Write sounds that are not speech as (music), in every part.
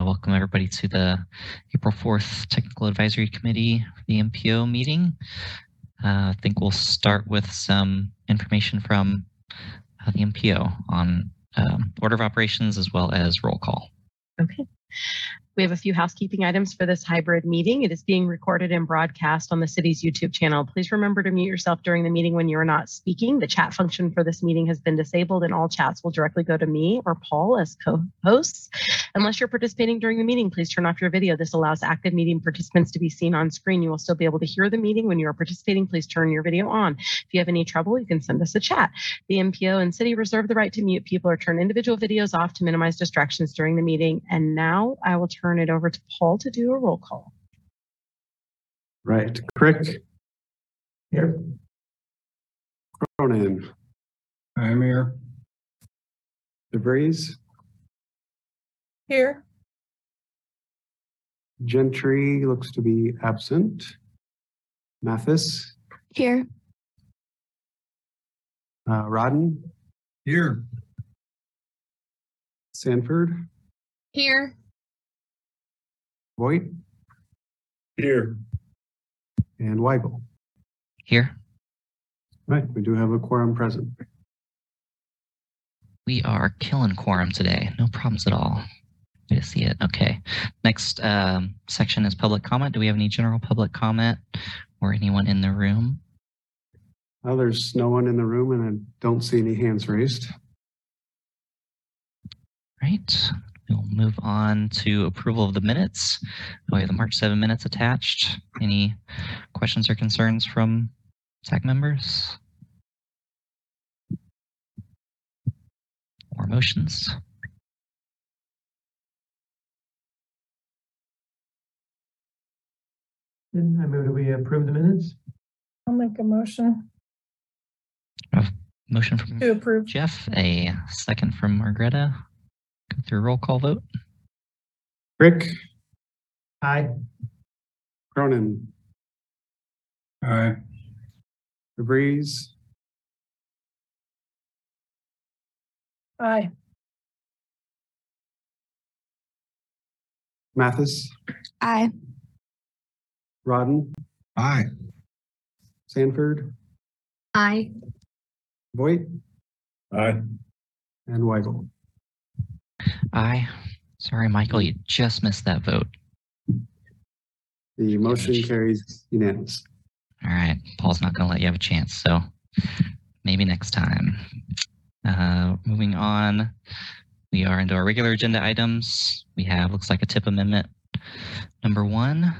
Welcome, everybody, to the April 4th Technical Advisory Committee, for the MPO meeting. Uh, I think we'll start with some information from uh, the MPO on um, order of operations as well as roll call. Okay. We have a few housekeeping items for this hybrid meeting. It is being recorded and broadcast on the city's YouTube channel. Please remember to mute yourself during the meeting when you are not speaking. The chat function for this meeting has been disabled and all chats will directly go to me or Paul as co-hosts. Unless you're participating during the meeting, please turn off your video. This allows active meeting participants to be seen on screen. You will still be able to hear the meeting when you are participating. Please turn your video on. If you have any trouble, you can send us a chat. The MPO and city reserve the right to mute people or turn individual videos off to minimize distractions during the meeting. And now I will turn it over to Paul to do a roll call. Right. Crick. Here. Cronin. I'm here. DeVries. Here. Gentry looks to be absent. Mathis. Here. Uh, Rodden. Here. Sanford. Here. Voight. Here. And Weigel. Here, Right. We do have a quorum present. we are killing quorum today. No problems at all. Good to see it. Okay. Next um, section is public comment. Do we have any general public comment or anyone in the room? Uh, there's no one in the room and I don't see any hands raised. Right, we'll move on to approval of the minutes. Oh, We have the March 7 minutes attached. Any questions or concerns from SAC members? Or motions? I move that we approve the minutes. I'll make a motion Motion from to approve. Jeff, a second from Margreta. Go through roll call vote. Crick. Aye. Cronin. Aye. DeVries. Aye. Mathis. I. Rodden. Aye. Sanford. Aye. Voight. Aye. And Weigel. Aye. Sorry, Michael, you just missed that vote. The motion carries unanimous. All right, Paul's not going to let you have a chance, so maybe next time. Uh, moving on, we are into our regular agenda items. We have looks like a tip amendment number one.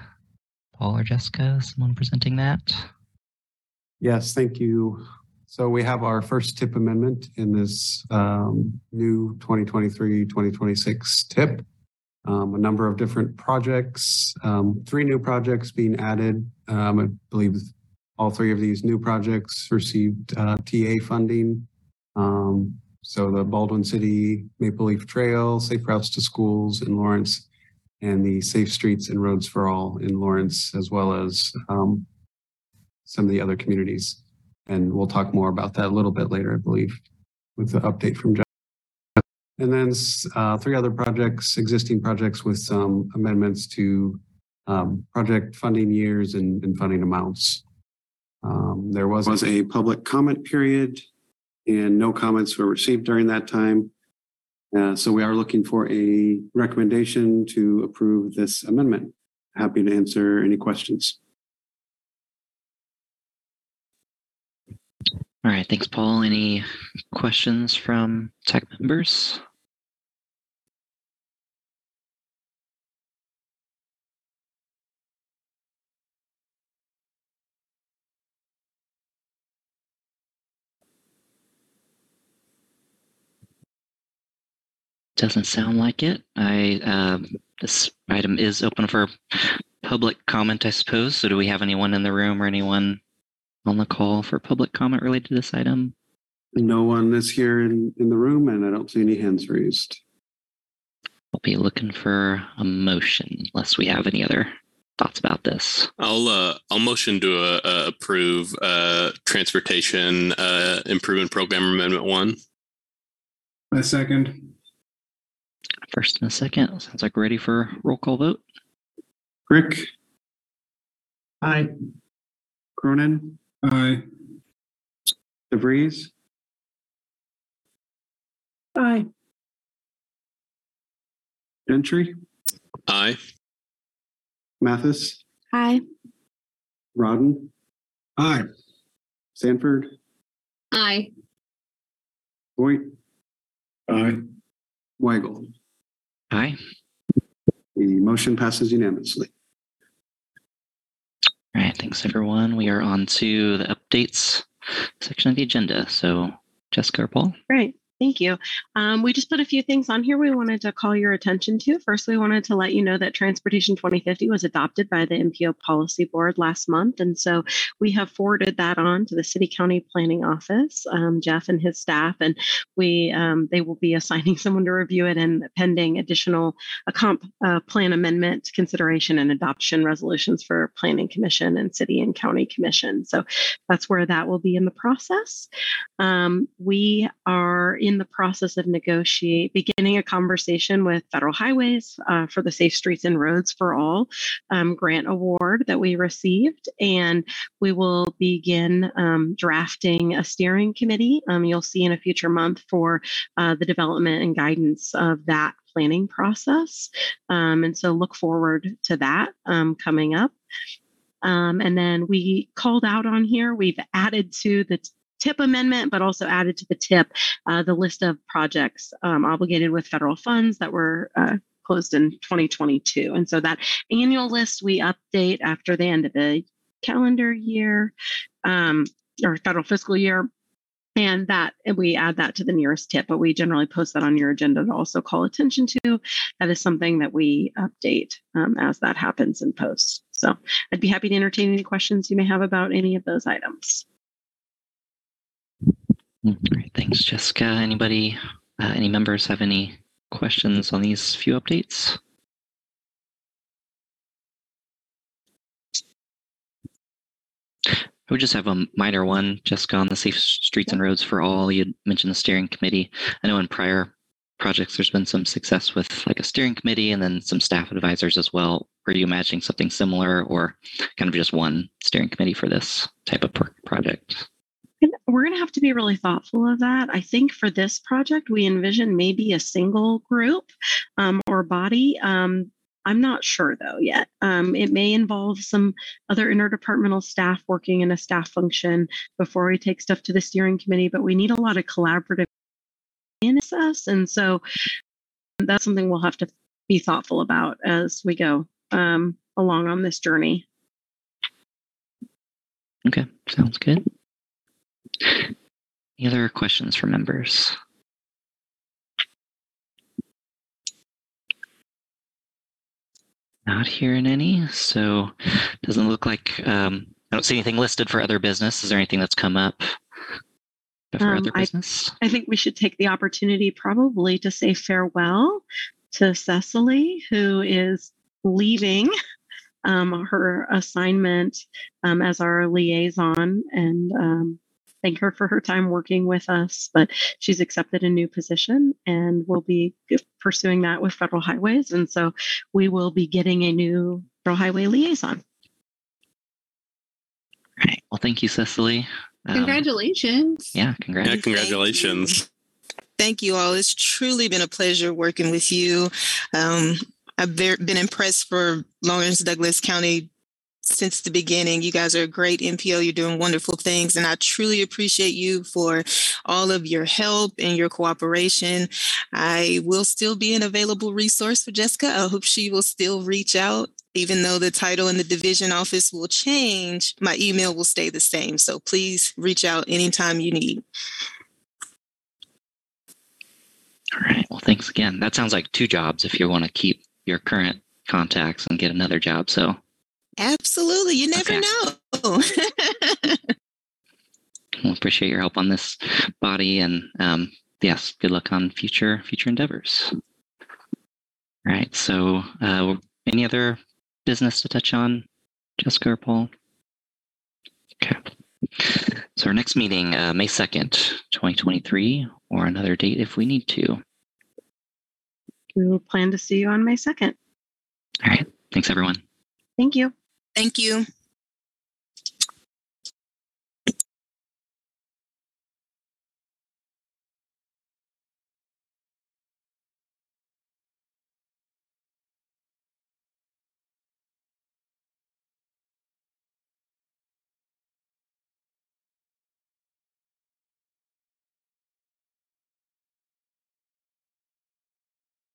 Paul or Jessica, someone presenting that. Yes, thank you. So we have our first tip amendment in this um, new 2023-2026 tip. Um, A number of different projects, um, three new projects being added. Um, I believe all three of these new projects received uh, TA funding. Um, So the Baldwin City Maple Leaf Trail, Safe Routes to Schools in Lawrence, and the Safe Streets and Roads for All in Lawrence, as well as um, some of the other communities. And we'll talk more about that a little bit later, I believe, with the update from John. And then uh, three other projects, existing projects with some amendments to um, project funding years and, and funding amounts. Um, There was. Was a public comment period and no comments were received during that time. Uh, So we are looking for a recommendation to approve this amendment. Happy to answer any questions. All right, thanks, Paul. Any questions from tech members? Doesn't sound like it. I um this item is open for public comment, I suppose. So, do we have anyone in the room or anyone on the call for public comment related to this item? No one is here in, in the room, and I don't see any hands raised. I'll be looking for a motion unless we have any other thoughts about this. I'll uh, I'll motion to uh, uh, approve uh, transportation uh, improvement program amendment one. My second. First and a second. Sounds like we're ready for roll call vote. Crick, Aye. Cronin, Aye. DeVries, Aye. Gentry, Aye. Mathis, Aye. Rodden, Aye. Sanford, Aye. Voight, Aye. Weigel. Aye. The motion passes unanimously. All right. Thanks, everyone. We are on to the updates section of the agenda. So, Jessica or Paul? Great. Thank you. Um, we just put a few things on here we wanted to call your attention to. First, we wanted to let you know that Transportation 2050 was adopted by the MPO Policy Board last month. And so we have forwarded that on to the City County Planning Office, um, Jeff and his staff, and we um, they will be assigning (laughs) someone to review it and pending additional a comp uh, plan amendment consideration and adoption resolutions for Planning Commission and City and County Commission. So that's where that will be in the process. Um, we are in the process of negotiate beginning a conversation with Federal Highways uh, for the Safe Streets and Roads for All um, grant award that we received, and we will begin um, drafting a steering committee. Um, you'll see in a future month for uh, the development and guidance of that planning process, Um, and so look forward to that um, coming up. Um, and then we called out on here. We've added to the TIP amendment, but also added to the TIP uh, the list of projects um, obligated with federal funds that were uh, closed in 2022. And so that annual list we update after the end of the calendar year um, or federal fiscal year. And that and we add that to the nearest tip, but we generally post that on your agenda to also call attention to. That is something that we update um, as that happens in posts. So I'd be happy to entertain any questions you may have about any of those items. All right. Thanks, Jessica. Anybody, uh, any members have any questions on these few updates? I would just have a minor one, Jessica, on the safe streets and roads for all. You had mentioned the steering committee. I know in prior projects, there's been some success with like a steering committee and then some staff advisors as well. Were you imagining something similar or kind of just one steering committee for this type of pro- project? And We're going to have to be really thoughtful of that. I think for this project, we envision maybe a single group um, or body. Um, I'm not sure though yet. Um, it may involve some other interdepartmental staff working in a staff function before we take stuff to the steering committee, but we need a lot of collaborative in us. And so that's something we'll have to be thoughtful about as we go um, along on this journey. Okay, sounds good. Any other questions for members? Not hearing any, so doesn't look like um, I don't see anything listed for other business. Is there anything that's come up for Um, other I- business? I think we should take the opportunity probably to say farewell to Cecily, who is leaving um, her assignment um, as our liaison and um, thank her for her time working with us. But she's accepted a new position and we'll be pursuing that with Federal Highways. And so we will be getting a new Federal Highway liaison. All right. Well, thank you, Cecily. Um, Congratulations. Yeah, congrats. Yeah, congratulations. Thank you all. It's truly been a pleasure working with you. Um, I've ver- been impressed for Lawrence Douglas County since the beginning. You guys are a great NPO. You're doing wonderful things, and I truly appreciate you for all of your help and your cooperation. I will still be an available resource for Jessica. I hope she will still reach out. Even though the title in the division office will change, my email will stay the same. So please reach out anytime you need. All right. Well, thanks again. That sounds like two jobs if you want to keep your current contacts and get another job. So Absolutely. You never Okay. know. (laughs) we appreciate your help on this body and um, yes good luck on future future endeavors all right so uh, any other business to touch on jessica or paul okay so our next meeting uh, may 2nd 2023 or another date if we need to we will plan to see you on May 2nd. All right. Thanks, everyone. Thank you. Thank you.